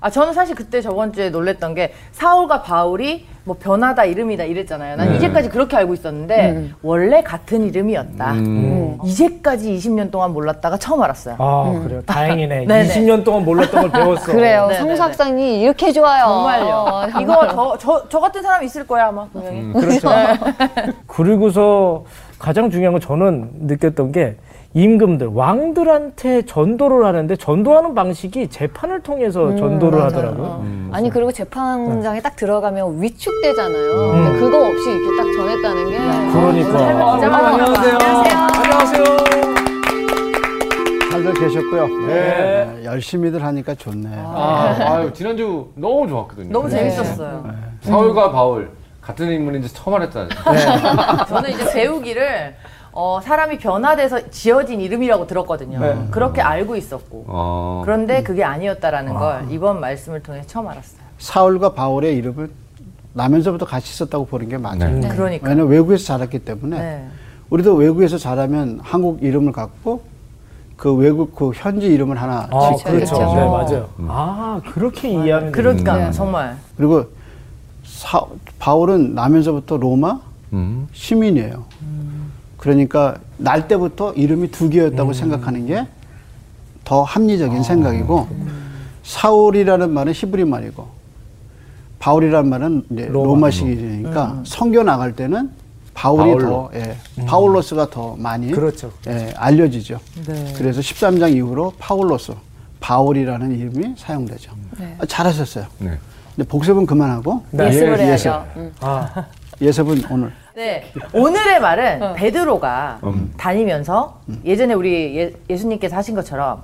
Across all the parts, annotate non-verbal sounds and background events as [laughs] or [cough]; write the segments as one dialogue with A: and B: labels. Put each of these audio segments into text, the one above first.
A: 아 저는 사실 그때 저번 주에 놀랬던 게 사울과 바울이 뭐 변하다 이름이다 이랬잖아요. 난 이제까지 그렇게 알고 있었는데 원래 같은 이름이었다. 음. 이제까지 20년 동안 몰랐다가 처음 알았어요.
B: 아 그래요. 다행이네.
A: 네네.
B: 20년 동안 몰랐던 걸
C: [laughs]
B: 배웠어.
D: 그래요.
A: 그렇죠. 네네네.
D: 성수학상이 이렇게 좋아요.
A: 정말요. [laughs]
D: 어, 정말.
A: 이거 저, 저, 저 같은 사람 있을 거야 아마 네. 분명히.
B: 그렇죠. 그리고서 가장 중요한 건 저는 느꼈던 게 임금들 왕들한테 전도를 하는데 전도하는 방식이 재판을 통해서 전도를 하더라고요.
E: 음.
D: 아니 그리고 재판장에 딱 들어가면 위축되잖아요.
E: 음.
D: 근데 그거 없이 이렇게 딱 전했다는 게
B: 그러니까.
A: 진짜 많이
F: 안녕하세요.
B: 안녕하세요.
E: 잘들 계셨고요. 네, 열심히들 하니까 좋네.
F: 아, 아유, 지난주 너무 좋았거든요.
A: 너무
F: 네.
A: 재밌었어요.
F: 사울과 바울 같은 인물인지 처음 알았잖아요.
A: 저는 이제 배우기를 어, 사람이 변화돼서 지어진 이름이라고 들었거든요. 그렇게 알고 있었고.
F: 어,
A: 그런데 그게 음. 아니었다라는 걸 이번 말씀을 통해 처음 알았어요.
E: 사울과 바울의 이름을 나면서부터 같이 썼다고 보는 게 맞아요.
F: 네.
A: 그러니까.
E: 왜냐면 외국에서 자랐기 때문에
A: 네.
E: 우리도 외국에서 자라면 한국 이름을 갖고 그 외국 그 현지 이름을 하나
B: 아
E: 짓고
B: 그렇죠.
D: 그렇죠.
B: 네 맞아요. 아 그렇게 이해하면
A: 그러니까 정말
E: 그리고 사, 바울은 나면서부터 로마
F: 음.
E: 시민이에요. 그러니까 날 때부터 이름이 두
B: 음.
E: 개였다고 생각하는 게 더
B: 아,
E: 합리적인 생각이고 사울이라는 말은 히브리 말이고 바울이라는 말은 이제
B: 로마. 음.
E: 로마, 식이니까 성교 나갈 때는 바울이
F: 바울로.
E: 더 예, 바울로스가 더 많이
B: 그렇죠. 네.
E: 예, 알려지죠. 그래서 13장 이후로 파울로스 바울이라는 이름이 사용되죠. 아, 잘하셨어요.
F: 네.
E: 근데 복습은 그만하고
B: 네.
D: 예습을
E: 예,
D: 해야죠. 음.
B: 아
E: 예습은 오늘
A: 네. 오늘의 말은 베드로가 다니면서 예전에 우리 예, 예수님께서 하신 것처럼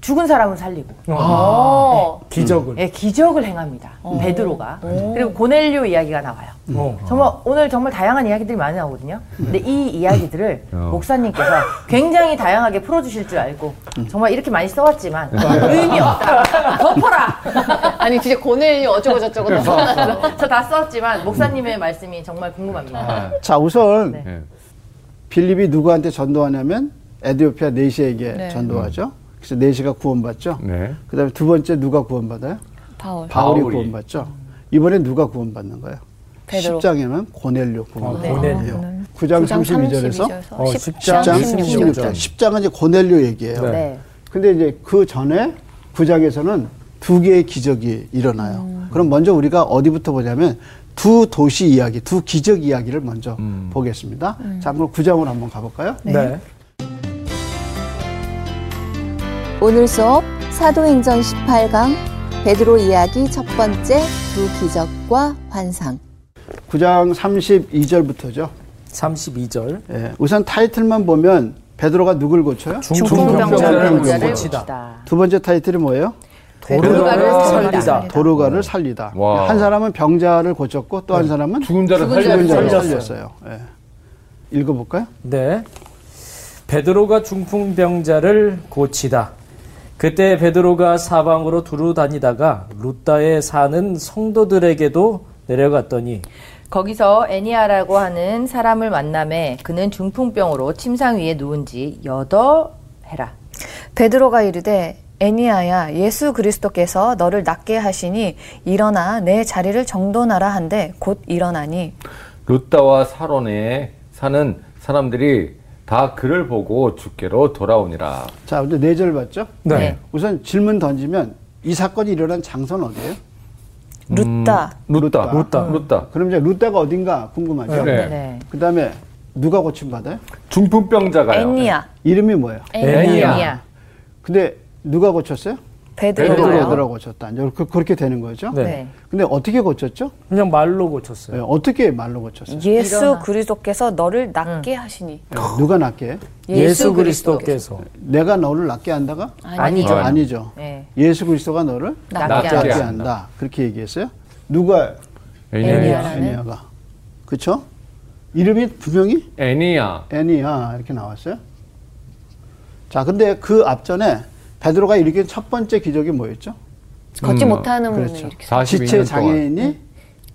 A: 죽은 사람을 살리고
D: 어.
B: 네, 기적을.
A: 예, 기적을 행합니다. 베드로가. 그리고 고넬료 이야기가 나와요.
B: 어.
A: 정말 오늘 정말 다양한 이야기들이 많이 나오거든요. 근데 이 이야기들을 목사님께서 굉장히 다양하게 풀어주실 줄 알고 정말 이렇게 많이 써왔지만 의미 [laughs] 없다. 덮어라.
D: 아니 진짜 고뇌이 어쩌고 저쩌고 다
A: 저 다 썼지만 목사님의 말씀이 정말 궁금합니다.
F: 아,
E: 자 우선
F: 네.
E: 빌립이 누구한테 전도하냐면 에디오피아 네시에게 전도하죠. 그래서 네시가 구원받죠.
F: 네.
E: 그다음에 두 번째 누가 구원받아요?
D: 바울.
E: 바울이,
F: 바울이.
E: 구원받죠. 이번에 누가 구원받는 거예요?
D: 베드로.
E: 10장에는 고넬료
B: 고넬료.
E: 네. 구원받아요. 9장 32절에서
B: 어,
E: 10장
B: 16 장.
E: 16장. 10장은 이제 고넬료 얘기예요.
B: 네.
A: 네.
E: 근데 이제 그 전에 9장에서는 두 개의 기적이 일어나요. 그럼 먼저 우리가 어디부터 보냐면 두 도시 이야기, 두 기적 이야기를 먼저 보겠습니다. 자, 그럼 9장으로 한번 가볼까요?
B: 네.
G: 오늘 수업 사도행전 18강 베드로 이야기 첫 번째 두 기적과 환상
E: 9장 32절부터죠.
B: 32절.
E: 예, 우선 타이틀만 보면 베드로가 누굴 고쳐요?
A: 중풍병자를
E: 고치다.
A: 고치다.
E: 두 번째 타이틀이 뭐예요?
B: 도르가를
A: 살리다.
B: 살리다.
E: 도로가를 살리다.
F: 와.
E: 한 사람은 병자를 고쳤고 또 한 사람은
F: 죽은 자를
E: 죽은
F: 살리는
E: 자를
F: 거예요.
E: 살렸어요. 예. 읽어볼까요?
B: 네. 베드로가 중풍병자를 고치다. 그때 베드로가 사방으로 두루 다니다가 루다에 사는 성도들에게도 내려갔더니
A: 거기서 애니아라고 하는 사람을 만남에 그는 중풍병으로 침상 위에 누운 지 여덟 해라.
C: 베드로가 이르되 애니아야 예수 그리스도께서 너를 낫게 하시니 일어나 내 자리를 정돈하라 한데 곧 일어나니
F: 루따와 사론에 사는 사람들이 다 그를 보고 주께로 돌아오니라.
E: 자, 이제 네절 봤죠?
B: 네.
A: 네.
E: 우선 질문 던지면 이 사건이 일어난 장소는 어디예요? 음.
C: 룻다
F: 루따.
B: 루따.
F: 루따.
E: 그럼 이제 루다가 어딘가 궁금하죠?
F: 네.
A: 네.
E: 그다음에 누가 고침받아요? 음.
F: 중풍병자가요.
C: 애니아
E: 이름이 뭐예요?
B: 애니아.
A: 애니아.
E: 근데 누가 고쳤어요?
C: 베드로요.
E: 베드로가 고쳤다. 이제 그- 그렇게 되는 거죠?
B: 네.
A: 네.
E: 근데 어떻게 고쳤죠?
B: 그냥 말로
E: 예,
B: 고쳤어요.
E: 어떻게 말로 고쳤어요?
C: 예수
A: 일어나. 음.
C: 그리스도께서 너를 낫게 하시니
E: 예, 누가 낫게? 해?
B: 예수 그리스도께서
E: 내가 너를 낫게 한다가
A: 아니죠.
F: 아니.
E: 아니죠.
A: 예.
E: 예수 그리스도가 너를
A: 낫게
E: 낫게
F: 한다.
E: 한다. 그렇게 얘기했어요. 누가
F: 애니아.
E: 애니아가? 그렇죠? 이름이 분명히
F: 애니아.
E: 애니야 이렇게 나왔어요. 자, 근데 그 앞전에 베드로가 일으킨 첫 번째 기적이 뭐였죠?
D: 걷지
F: 음,
D: 못하는 분을
E: 그렇죠.
D: 이렇게
E: 지체
F: 42년 동안.
E: 장애인이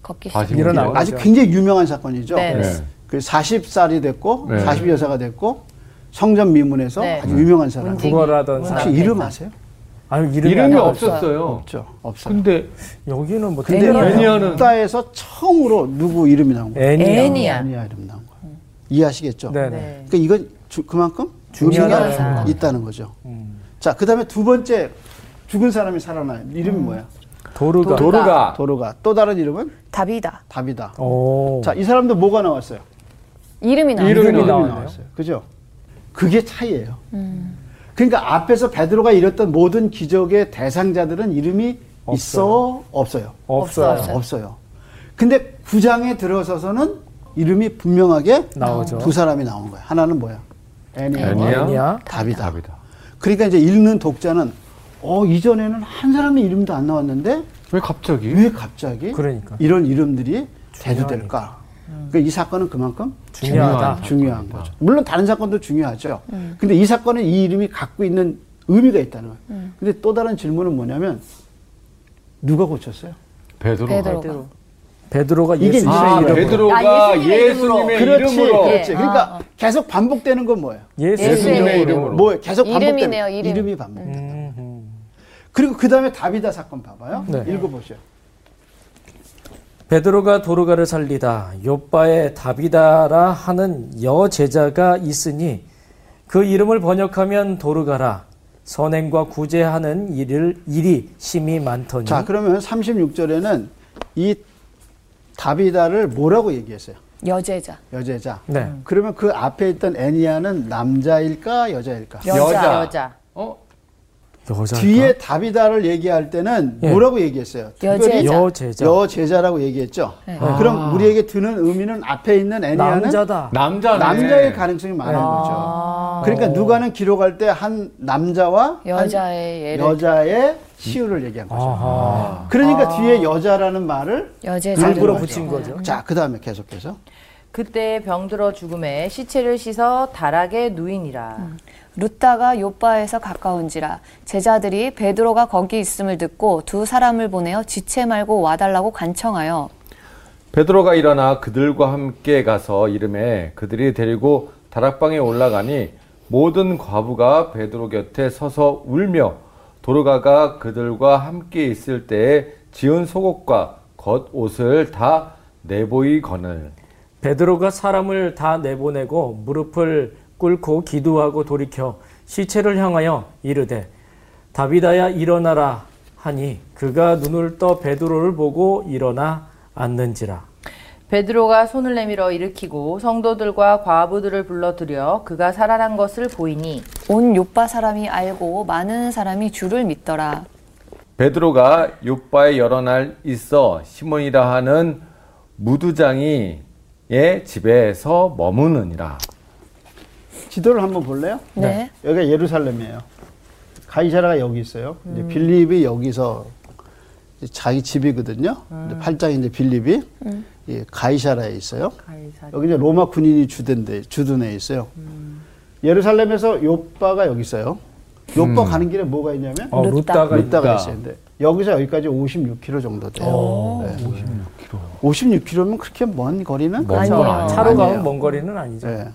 D: 걷기 시작.
F: 40년
B: 네. 일어나고.
F: 동안.
E: 아주 굉장히 유명한 사건이죠.
A: 네,
F: 네.
E: 그 40살이 됐고
F: 네.
E: 40여사가 됐고 성전 미문에서
A: 네.
E: 아주 유명한 사람.
A: 문지기.
B: 구걸하던
A: 문지기.
E: 혹시 네. 이름 아세요?
B: 아, 이름이,
F: 이름이
B: 아니라
F: 없었어요.
E: 없죠. 없어요.
F: 근데
B: 여기는 뭐
E: 근데 그
B: 특별한-
F: 애니아. 애니아는-
E: 국가에서 처음으로 누구 이름이 나온 거예요?
B: 애니아.
C: 애니야.
E: 애니아 이름 나온 거예요. 이해하시겠죠?
B: 네. 음. 네.
A: 네.
E: 그러니까 이건 주- 그만큼
B: 중요하다는
E: 의미가 있다는 거죠. 자, 그 다음에 두 번째 죽은 사람이 살아나요. 이름이 뭐야?
B: 음. 도르가.
F: 도르가.
E: 도로가. 또 다른 이름은
C: 답이다.
E: 답이다.
B: 오.
E: 자, 이 사람도 뭐가 나왔어요?
D: 이름이 나와요.
F: 이름이
B: 이름이
F: 나와.
B: 나와.
E: 나왔어요. 그죠? 그게 차이예요.
B: 음.
E: 그러니까 앞에서 베드로가 이뤘던 모든 기적의 대상자들은 이름이 있어 없어요.
B: 없어요.
A: 없어요.
E: 없어요. 근데 구장에 들어서서는 이름이 분명하게
B: 나오죠.
E: 두 사람이 나온 거예요. 하나는 뭐야? 애니아.
F: 애니아.
B: 애니아.
E: 답이다.
F: 답이다.
E: 그러니까 이제 읽는 독자는 어 이전에는 한 사람의 이름도 안 나왔는데
F: 왜 갑자기?
E: 왜 갑자기
B: 그러니까.
E: 이런 이름들이 대두될까? 그러니까 이 사건은 그만큼
B: 중요하다.
E: 중요한 거죠. 물론 다른 사건도 중요하죠.
B: 음.
E: 근데 이 사건은 이 이름이 갖고 있는 의미가 있다는 거예요.
B: 음.
E: 근데 또 다른 질문은 뭐냐면 누가 고쳤어요?
F: 베드로.
D: 베드로가.
B: 베드로가
E: 이게
B: 예수
F: 아,
E: 이름으로.
F: 베드로가
A: 아, 예수님의
F: 예수님의
E: 네. 그렇지,
F: 이름으로.
E: 그렇지.
D: 네. 아,
E: 그러니까 계속 반복되는 건 뭐예요?
B: 예수님의
F: 예수님의
B: 이름으로.
F: 이름으로.
E: 뭐예요? 계속 반복되는
D: 이름이네요, 이름.
E: 이름이 반복된다.
B: 음, 음.
E: 그리고 그 다음에 다비다 사건 봐봐요.
B: 네.
E: 읽어보세요.
B: 베드로가 도르가를 살리다 요빠에 다비다라 하는 여 제자가 있으니 그 이름을 번역하면 도르가라 선행과 구제하는 일을 일이 심히 많더니
E: 자, 그러면 36절에는 이 다비다를 뭐라고 얘기했어요?
D: 여제자.
E: 여제자.
B: 네.
D: 음.
E: 그러면 그 앞에 있던 애니아는 남자일까 여자일까?
F: 여자.
A: 여자.
F: 어?
B: 여자
E: 뒤에 다비다를 얘기할 때는
B: 예.
E: 뭐라고 얘기했어요? 특별히
D: 여제자. 네.
B: 여 제자 아.
E: 여제자라고 얘기했죠. 그럼 우리에게 드는 의미는 앞에 있는 애니아는
B: 남자다
F: 남자네.
E: 남자의 가능성이 많은
A: 아.
E: 거죠. 그러니까 누가는 기록할 때 한 남자와 한
D: 여자의 예를.
E: 여자의 시유를 얘기한 거죠.
B: 아하
E: 그러니까 뒤에 여자라는 말을
D: 여제자. 네.
B: 일부러 붙인 거죠
E: 자, 그 다음에 계속해서.
A: 그때 병들어 죽음에 시체를 씻어 다락에 누이니라.
D: 루타가 요빠에서 가까운지라 제자들이 베드로가 거기 있음을 듣고 두 사람을 보내어 지체 말고 와달라고 간청하여
F: 베드로가 일어나 그들과 함께 가서 이름에 그들이 데리고 다락방에 올라가니 모든 과부가 베드로 곁에 서서 울며 도르가가 그들과 함께 있을 때에 지은 속옷과 겉옷을 다 내보이거늘
B: 베드로가 사람을 다 내보내고 무릎을 꿇고 기도하고 돌이켜 시체를 향하여 이르되 다비다야 일어나라 하니 그가 눈을 떠 베드로를 보고 일어나 앉는지라
A: 베드로가 손을 내밀어 일으키고 성도들과 과부들을 불러들여 그가 살아난 것을 보이니
D: 온 요빠 사람이 알고 많은 사람이 주를 믿더라.
F: 베드로가 요빠에 여러 날 있어 시몬이라 하는 무두장이의 집에서 머무느니라
E: 지도를 한번 볼래요?
D: 네.
E: 여기가 예루살렘이에요. 가이사라가 여기 있어요. 이제 빌립이 여기서 이제 자기 집이거든요. 이제 팔장이 이제 빌립이 예, 가이사라에 있어요. 여기 이제 로마 군인이 주둔데 주둔해 있어요. 예루살렘에서 요빠가 여기 있어요. 요빠 가는 길에 뭐가 있냐면
B: 어, 루다가
E: 루다가
F: 있다.
E: 있어요. 근데 여기서 여기까지 56km 정도 돼요. 56km. 56km면 그렇게 먼 거리는
F: 먼
E: 아니에요.
F: 건 아니에요.
B: 차로 가면
E: 아니에요.
B: 먼 거리는 아니죠.
E: 예.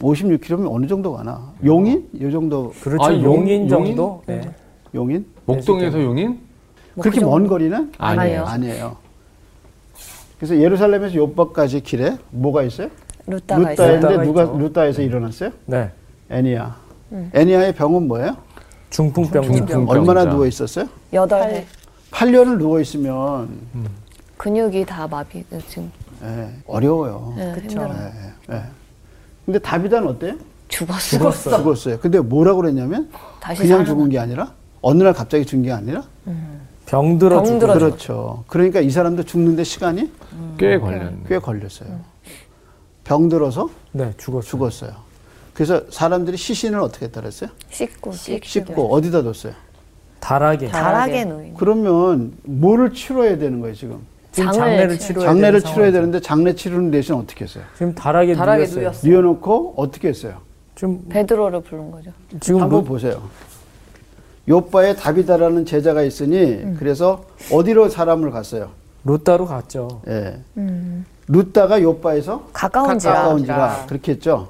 E: 56km면 어느 정도 가나? 용인? 요 정도
B: 그렇죠.
F: 아, 용-
B: 용인 정도. 네.
E: 용인?
D: 네,
F: 목동에서 용인?
E: 그렇게 먼 거리는
F: 아니에요.
E: 아니에요. 그래서 예루살렘에서 요법까지 길에 뭐가 있어요?
D: 루타가 있어.
E: 루타인데
B: 루타가
E: 누가
B: 있죠.
E: 루타에서 일어났어요?
B: 네.
E: 애니아.
D: 음.
E: 애니아의 병은 뭐예요?
B: 중풍병. 중
E: 얼마나
F: 병자.
E: 누워 있었어요?
D: 여덟 해.
E: 8년을 누워 있으면
B: 음.
D: 근육이 다 마비. 그 지금
E: 예, 어려워요.
D: 네, 힘들어.
E: 예, 예, 예. 근데 다비단 어때요?
D: 죽었어.
E: 죽었어요. 근데 뭐라고 그랬냐면
D: 다시
E: 그냥
D: 살아나.
E: 죽은 게 아니라 어느 날 갑자기 죽은 게 아니라
B: 병들어 죽
E: 그렇죠. 그러니까 이 사람도 죽는데 시간이
D: 음,
F: 꽤 걸렸네.
E: 꽤 걸렸어요. 병들어서
B: 네, 죽었어.
E: 죽었어요. 그래서 사람들이 시신을 어떻게 했다 그랬어요?
D: [laughs] 씻고
B: 예,
E: 씻고 어디다 뒀어요?
B: 다락에
D: 다락에 놓인.
E: 그러면 뭐를 치러야 되는 거예요, 지금?
B: 지금
D: 장례를
B: 장례를
D: 치-
B: 치료해야
E: 장례를
B: 되는
E: 치러야
B: 상황이죠.
E: 되는데 장례 치르는 대신 어떻게 했어요?
B: 지금 다락에,
A: 다락에
B: 누였어요.
A: 누였어.
E: 뉘어놓고 어떻게 했어요?
B: 지금
D: 베드로를 부른 거죠.
B: 지금
E: 한번
B: 루,
E: 보세요. 요빠에 다비다라는 제자가 있으니
B: 음.
E: 그래서 어디로 사람을 갔어요?
B: 루따로 갔죠.
E: 예.
B: 음.
E: 루다가 요빠에서
C: 그렇죠.
D: 가까운지라.
E: 가까운지라 그렇게 했죠.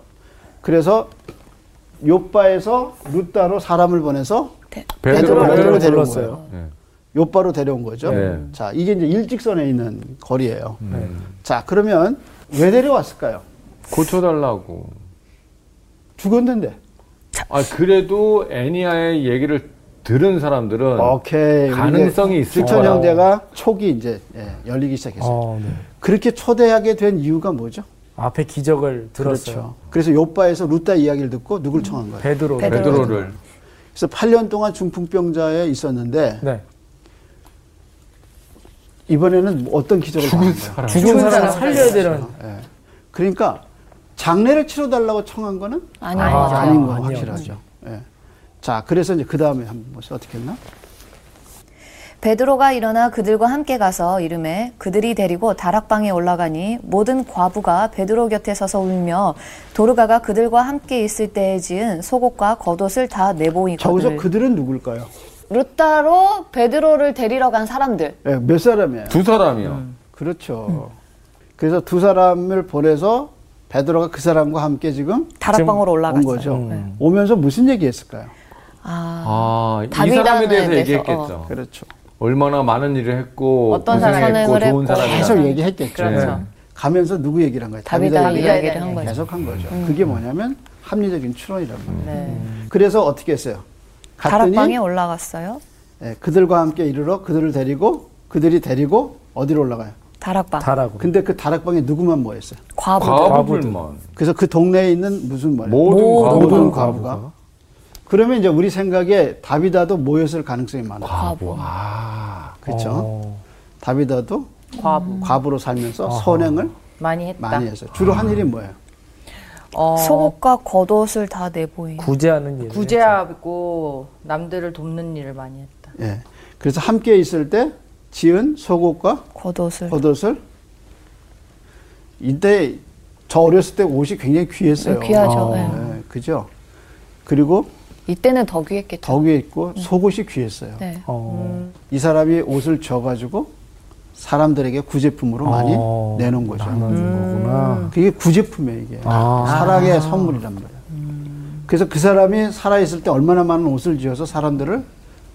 E: 그래서 요빠에서 루다로 사람을 보내서
D: 데-
E: 베드로
B: 베드로를
E: 베드로 데려온
B: 불렀어요.
E: 거예요.
F: 네.
E: 요바로 데려온 거죠.
F: 네.
E: 자, 이게 이제 일직선에 있는 거리예요. 자, 그러면 왜 데려왔을까요?
F: 고쳐달라고.
E: 죽었는데.
F: 아 그래도 애니아의 얘기를 들은 사람들은
D: 아,
E: 오케이. 우리
F: 가능성이
E: 이제
F: 있을
E: 주천
F: 거라.
E: 형제가 초기 이제 예, 열리기 시작했어요.
B: 어, 네.
E: 그렇게 초대하게 된 이유가 뭐죠?
B: 앞에 기적을 들었어요.
E: 그렇죠. 그래서 요바에서 루타 이야기를 듣고 누굴 청한 거예요?
B: 베드로.
F: 베드로를
E: 그래서 8년 동안 중풍병자에 있었는데
B: 네.
E: 이번에는 뭐 어떤 기적을
D: 아.
E: 당한 거예요?
B: 아, 죽은 사람을 살려야 되는
E: 예. 그러니까 장례를 치러달라고 청한 거는
D: 아닌
B: 아니죠.
D: 것
E: 아,
D: 같아요.
E: 닌거
B: 아니요.
E: 확실하죠. 예. 자, 그래서 이제 그 다음에 한번 보세요. 어떻게 했나?
C: 베드로가 일어나 그들과 함께 가서 이름에 그들이 데리고 다락방에 올라가니 모든 과부가 베드로 곁에 서서 울며 도르가가 그들과 함께 있을 때에 지은 속옷과 겉옷을 다
E: 저기서
C: 내보이거늘
E: 그들은 누굴까요?
D: 루타로 베드로를 데리러 간 사람들.
E: 예, 몇 사람이에요?
F: 두 사람이요.
D: 음.
E: 그렇죠. 그래서 두 사람을 보내서 베드로가 그 사람과 함께 지금
C: 다락방으로
E: 온
C: 올라갔어요.
E: 거죠.
B: 음.
E: 오면서 무슨 얘기했을까요?
C: 아,
F: 아, 이
D: 다윗이라는
F: 사람에 대해서
D: 애에 대해서,
B: 어.
D: 어.
F: 얘기했겠죠.
E: 그렇죠.
F: 얼마나 많은 일을 했고
A: 어떤
F: 고생했고,
D: 사람을
F: 좋은
D: 했고.
F: 사람이다.
E: 계속 얘기했겠죠.
A: 그렇죠.
B: 네.
E: 예. 가면서 누구 얘기를 한 거예요?
D: 다비다
E: 얘기를
D: 이야기를 한 거죠.
E: 계속 한 거죠. 그게 뭐냐면 합리적인 추론이라는
B: 음.
E: 겁니다.
A: 네.
E: 그래서 어떻게 했어요? 갔더니
C: 다락방에 올라갔어요.
E: 예, 그들과 함께 이르러 그들을 데리고 그들이 데리고 어디로 올라가요?
C: 다락방
B: 다라고.
E: 근데 그 다락방에 누구만 모였어요?
C: 과부
F: 과부들만
E: 그래서 그 동네에 있는 무슨 뭐예요?
F: 모든 과부
E: 모든 과부가. 그러면 이제 우리 생각에 다비다도 모였을 가능성이 많아요.
D: 과부.
E: 그렇죠?
B: 어.
E: 다비다도
A: 과부
E: 과부로 살면서 선행을
A: 많이 했다.
E: 많이 했어요. 주로 한 일이 뭐예요?
A: 어,
C: 속옷과 겉옷을 다 내보이
B: 구제하는 일.
A: 구제하고 남들을 돕는 일을 많이 했다.
E: 예. 그래서 함께 있을 때 지은 속옷과
C: 겉옷을
E: 겉옷을 이때 저 어렸을 때 옷이 굉장히 귀했어요.
D: 귀하죠. 예.
E: 예, 그죠? 그리고
D: 이때는 더 귀했겠죠.
E: 덕에 있고 속옷이 귀했어요.
D: 음. 네.
B: 어.
E: 이 사람이 옷을 져가지고 사람들에게 구제품으로 많이
B: 어,
E: 내놓은 거죠.
B: 거구나.
E: 그게 구제품이에요, 이게.
B: 아.
E: 사랑의 선물이란 말이에요.
D: 음.
E: 그래서 그 사람이 살아있을 때 얼마나 많은 옷을 지어서 사람들을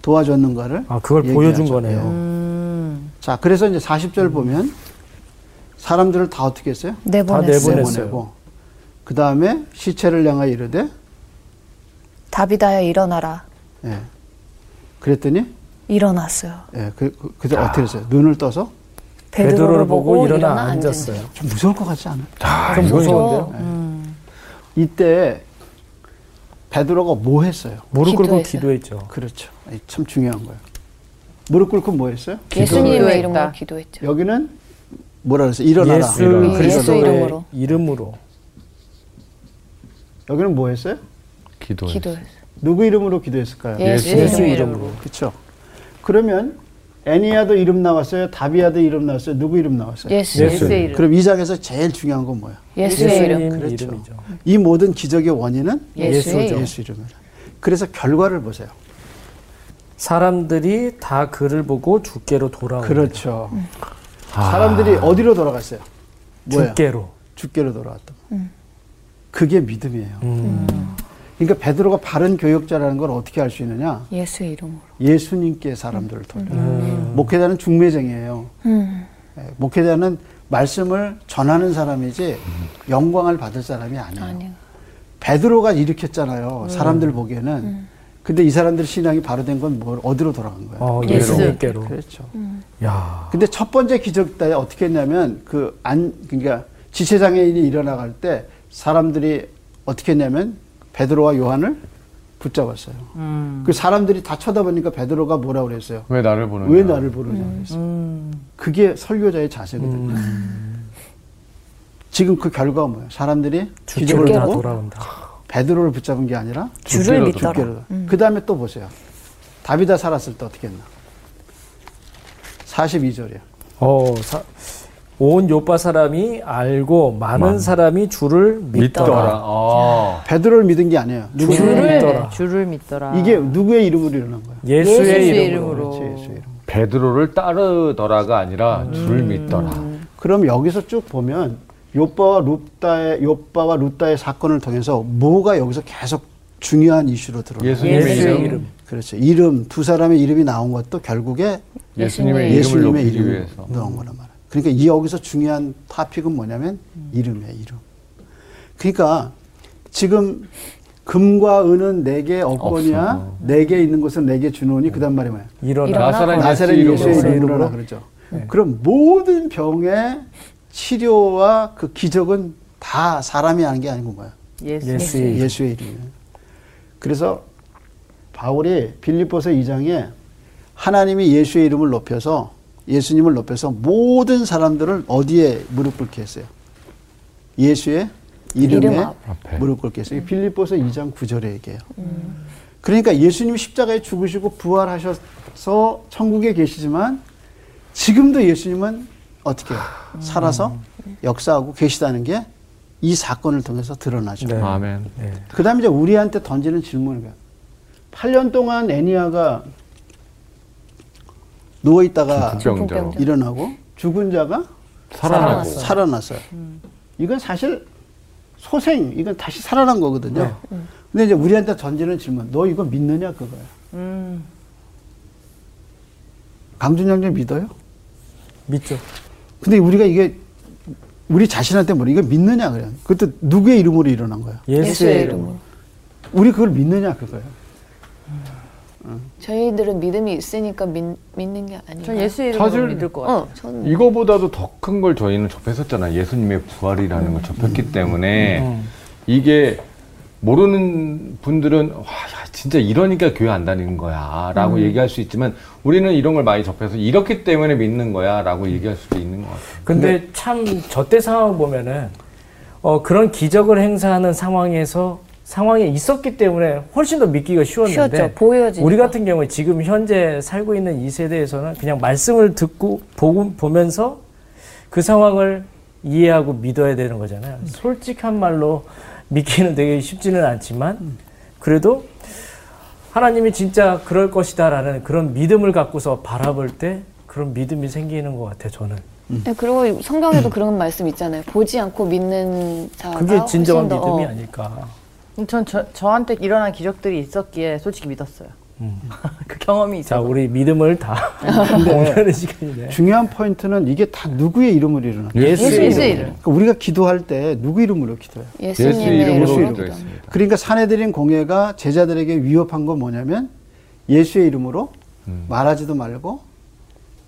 E: 도와줬는가를.
B: 아, 그걸
E: 얘기하죠.
B: 보여준 거네요.
E: 예. 자, 그래서 이제 40절 보면 사람들을 다 어떻게 했어요?
B: 다
C: 내보냈어요.
B: 내보냈어요.
E: 그 다음에 시체를 향하여 이르되,
C: 다비다야 일어나라.
E: 예. 그랬더니,
C: 일어났어요.
E: 예, 그, 그, 그때 어떻게 했어요? 눈을 떠서?
B: 베드로를 보고 일어나,
D: 일어나
B: 앉았어요.
E: 좀 무서울 것 같지 않아요?
B: 좀 무서운데요?
E: 이때 베드로가 뭐 했어요?
B: 무릎 꿇고
D: 기도했어요.
B: 기도했죠.
E: 그렇죠. 이참 중요한 거예요. 무릎 꿇고 뭐 했어요?
D: 예수님의
A: 기도했다.
D: 이름으로 기도했죠.
E: 여기는 뭐라 그랬어요? 일어나라.
B: 예수
E: 일어나라.
B: 그리스도의
D: 예수 이름으로.
B: 이름으로.
E: 여기는 뭐 했어요?
F: 기도.
D: 기도했어요.
E: 누구 이름으로 기도했을까요?
D: 예수
B: 예수
D: 이름으로.
B: 이름으로.
E: 그렇죠. 그러면 애니아도 이름 나왔어요. 다비아도 이름 나왔어요. 누구 이름 나왔어요?
D: 예수.
B: 예수.
A: 예수의 이름.
E: 그럼 이 장에서 제일 중요한 건 뭐예요?
D: 예수의 이름.
B: 예수님
E: 그렇죠.
B: 이름이죠.
E: 이 모든 기적의 원인은
D: 예수의
B: 예수죠.
D: 이름.
E: 예수 이름이라. 그래서 결과를 보세요.
B: 사람들이 다 그를 보고 주께로 돌아오고
E: 그렇죠. 사람들이 어디로 돌아갔어요? 뭐예요?
B: 주께로.
E: 주께로 돌아왔던 거.
D: 음.
E: 그게 믿음이에요. 그러니까 베드로가 바른 교역자라는 걸 어떻게 알 수 있느냐?
D: 예수의 이름으로.
E: 예수님께 사람들을 돌려.
D: 음.
E: 목회자는 중매쟁이에요.
C: 음.
E: 예, 목회자는 말씀을 전하는 사람이지 영광을 받을 사람이 아니에요. 음.
D: 아니요.
E: 베드로가 일으켰잖아요. 사람들 보기에는. 근데 이 사람들 신앙이 바로 된 건 뭘 어디로 돌아간 거예요?
B: 어,
A: 예수.
B: 예수님께로.
E: 그렇죠.
B: 야.
E: 근데 첫 번째 기적 때 어떻게 했냐면 그 안 그러니까 지체 장애인이 일어나갈 때 사람들이 어떻게 했냐면 베드로와 요한을 붙잡았어요. 그 사람들이 다 쳐다보니까 베드로가 뭐라고 그랬어요?
F: 왜 나를 보는?
E: 왜 나를 부르냐고 그랬어요. 그게 설교자의 자세거든요.
B: 음.
E: 지금 그 결과가 뭐예요? 사람들이
B: 주께로
E: 기적을
B: 다
E: 보고
B: 돌아온다.
E: 베드로를 붙잡은 게 아니라
C: 줄을
E: 두
C: 믿더라.
E: 개로. 그 다음에 또 보세요. 다비다 살았을 때 어떻게 했나? 42절이요.
B: 어, 사, 온 요빠 사람이 알고 많은 사람이 주를 믿더라.
F: 믿더라. 아.
E: 베드로를 믿은 게 아니에요. 누구
B: 주를 믿더라.
A: 네, 주를 믿더라.
E: 이게 누구의 이름으로 일어난 거예요?
B: 예수의,
A: 예수의
B: 이름으로.
A: 이름으로.
E: 그렇지, 예수 이름.
F: 베드로를 따르더라가 아니라 주를 믿더라.
E: 그럼 여기서 쭉 보면 요빠와 룻다의 요빠와 룻다의 사건을 통해서 뭐가 여기서 계속 중요한 이슈로 들어요?
F: 예수님의
B: 예수의
F: 이름.
B: 이름.
E: 그렇죠. 이름 두 사람의 이름이 나온 것도 결국에
F: 예수님의 이름을
E: 예수님의
F: 높이기
E: 이름을
F: 위해서.
E: 넣은 거란 말이야. 그러니까 이 여기서 중요한 타픽은 뭐냐면 이름의 이름. 그러니까 지금 금과 은은 네개
F: 없어.
E: 없거니와 네개 있는 것은 네개 주노니 그다음 말이 뭐야?
B: 일어나.
F: 나사렛
E: 나사렛
F: 예수
E: 예수의
F: 이름으로. 네.
E: 이름으로 그러죠. 네. 그럼 모든 병의 치료와 그 기적은 다 사람이 하는 게 아니고 뭐야?
A: 예수.
B: 예수. 예.
E: 예수의 이름이에요. 그래서 바울이 빌립보서 2장에 하나님이 예수의 이름을 높여서 예수님을 높여서 모든 사람들을 어디에 무릎 꿇게 했어요? 예수의 이름에 음.
C: 이름 앞.
F: 앞에.
E: 무릎 꿇게 했어요. 이게 빌립보서 2장 9절에 얘기해요. 그러니까 예수님 십자가에 죽으시고 부활하셔서 천국에 계시지만 지금도 예수님은 어떻게 해요? 살아서 역사하고 계시다는 게 이 사건을 통해서 드러나죠.
B: 네.
F: 아멘.
E: 그 다음에 이제 우리한테 던지는 질문이에요. 8년 동안 애니아가 누워있다가
F: 중풍병자로
E: 일어나고 죽은 자가
F: 살아나고
E: 살아났어요. 음. 이건 사실 소생, 이건 다시 살아난 거거든요. 근데 이제 우리한테 던지는 질문, 너 이거 믿느냐 그거야.
H: 음.
E: 강준영님 믿어요?
B: 믿죠.
E: 근데 우리가 이게 우리 자신한테 뭐래 이거 믿느냐 그래요. 그것도 누구의 이름으로 일어난 거야.
B: 예수의 이름.
E: 우리 그걸 믿느냐 그거야.
D: 저희들은 믿음이 있으니까 믿, 믿는 게 아니에요.
A: 전 예수 이름을
F: 사실-
A: 믿을 것 같아요.
C: 어, 저는
F: 이거보다도 더 큰 걸 저희는 접했었잖아. 예수님의 부활이라는 걸 접했기 때문에 이게 모르는 분들은 와, 야, 진짜 이러니까 교회 안 다니는 거야라고 얘기할 수 있지만 우리는 이런 걸 많이 접해서 이렇기 때문에 믿는 거야라고 얘기할 수도 있는 것 같아요.
B: 근데 참 저 때 상황 보면은 어, 그런 기적을 행사하는 상황에서 상황에 있었기 때문에 훨씬 더 믿기가 쉬웠는데
C: 쉬웠죠. 보여지니까.
B: 우리 같은 경우에 지금 현재 살고 있는 이 세대에서는 그냥 말씀을 듣고 보고 보면서 그 상황을 이해하고 믿어야 되는 거잖아요.
C: 음.
B: 솔직한 말로 믿기는 되게 쉽지는
C: 음.
B: 않지만 그래도 하나님이 진짜 그럴 것이다라는 그런 믿음을 갖고서 바라볼 때 그런 믿음이 생기는 것 같아요. 저는.
C: 음.
D: 네, 그리고 성경에도 그런 말씀 있잖아요. 보지 않고 믿는 자가
B: 그게 진정한
D: 훨씬 더,
B: 믿음이
D: 어,
B: 아닐까.
A: 전 저, 저한테 일어난 기적들이 있었기에 솔직히 믿었어요.
H: [laughs]
A: 그 경험이
B: 자,
A: 있어서.
B: 우리
D: [laughs]
B: 믿음을 다 공유하는 시간이네.
E: 중요한 포인트는 이게 다 누구의 이름으로 일어나.
A: 예수
B: 예수.
A: 예수 이름.
E: 그러니까 우리가 기도할 때 누구 이름으로 기도해요?
F: 예수
D: 예수님의
F: 이름으로
D: 이름으로
F: 기도했습니다.
E: 그러니까 사내들인 공예가 제자들에게 위협한 건 뭐냐면 예수의 이름으로 말하지도 말고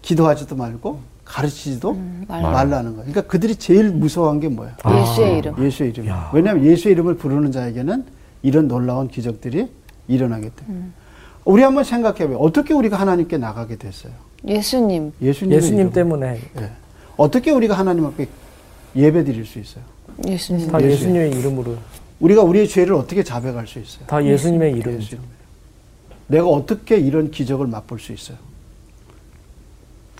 E: 기도하지도 말고 가르치지도 말라는 거예요. 그러니까 그들이 제일 무서워한 게 뭐예요? 어,
D: 예수의 이름.
E: 예수의 이름. 왜냐하면 예수의 이름을 부르는 자에게는 이런 놀라운 기적들이 일어나게 돼요. 우리 한번 생각해봐요. 어떻게 우리가 하나님께 나가게 됐어요?
D: 예수님.
E: 예수님
B: 예수님 때문에
E: 예. 어떻게 우리가 하나님 앞에 예배 드릴 수 있어요?
D: 예수님.
B: 다 예수님의 이름으로
E: 우리가 우리의 죄를 어떻게 자백할 수 있어요?
B: 다 예수님의 이름이죠.
E: 예수님. 내가 어떻게 이런 기적을 맛볼 수 있어요?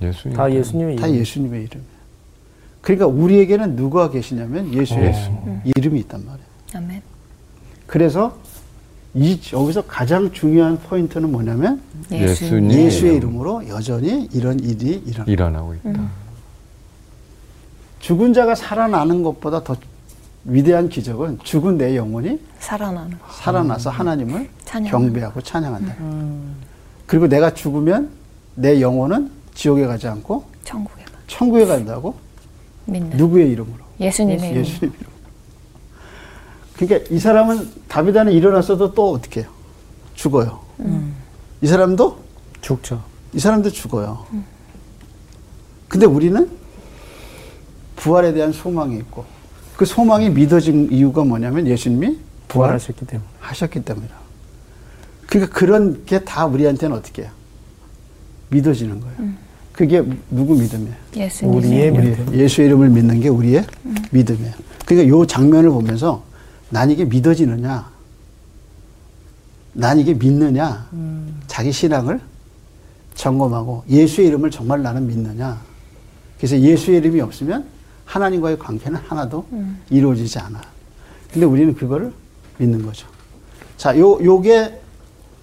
F: 예수님.
B: 다 예수님의
E: 다
B: 이름.
E: 예수님의 이름. 그러니까 우리에게는 누가 계시냐면 예수의
F: 예수.
B: 네.
E: 이름이 있단 말이에요.
C: 아멘.
E: 그래서 이 여기서 가장 중요한 포인트는 뭐냐면
F: 예수님
E: 예수의 이름으로 여전히 이런 일이 일어나.
F: 일어나고 있다.
E: 죽은 자가 살아나는 것보다 더 위대한 기적은 죽은 내 영혼이
C: 살아나는 거.
E: 살아나서 하나님을
C: 찬양.
E: 경배하고 찬양한다.
C: 음.
E: 그리고 내가 죽으면 내 영혼은 지옥에 가지 않고
C: 천국에 가.
E: 천국에 간다고
C: 믿는
E: 누구의 이름으로?
C: 예수님의 이름.
E: 예수님 이름. 그러니까 이 사람은 다비다는 일어났어도 또 어떻게 해요? 죽어요.
C: 음.
E: 이 사람도
B: 죽죠.
E: 이 사람도 죽어요.
C: 음.
E: 근데 우리는 부활에 대한 소망이 있고 그 소망이 믿어진 이유가 뭐냐면 예수님이
B: 부활하셨기 때문에.
E: 하셨기 때문이라. 그러니까 그런 게 다 우리한테는 어떻게 해요? 믿어지는 거예요. 그게 누구 믿음이에요?
C: 예수님의
B: 우리의
E: 우리의
B: 믿음.
E: 예수의 이름을 믿는 게 우리의 믿음이에요. 그러니까 요 장면을 보면서 난 이게 믿어지느냐, 난 이게 믿느냐, 자기 신앙을 점검하고 예수의 이름을 정말 나는 믿느냐. 그래서 예수의 이름이 없으면 하나님과의 관계는 하나도 이루어지지 않아. 근데 우리는 그거를 믿는 거죠. 자, 요, 요게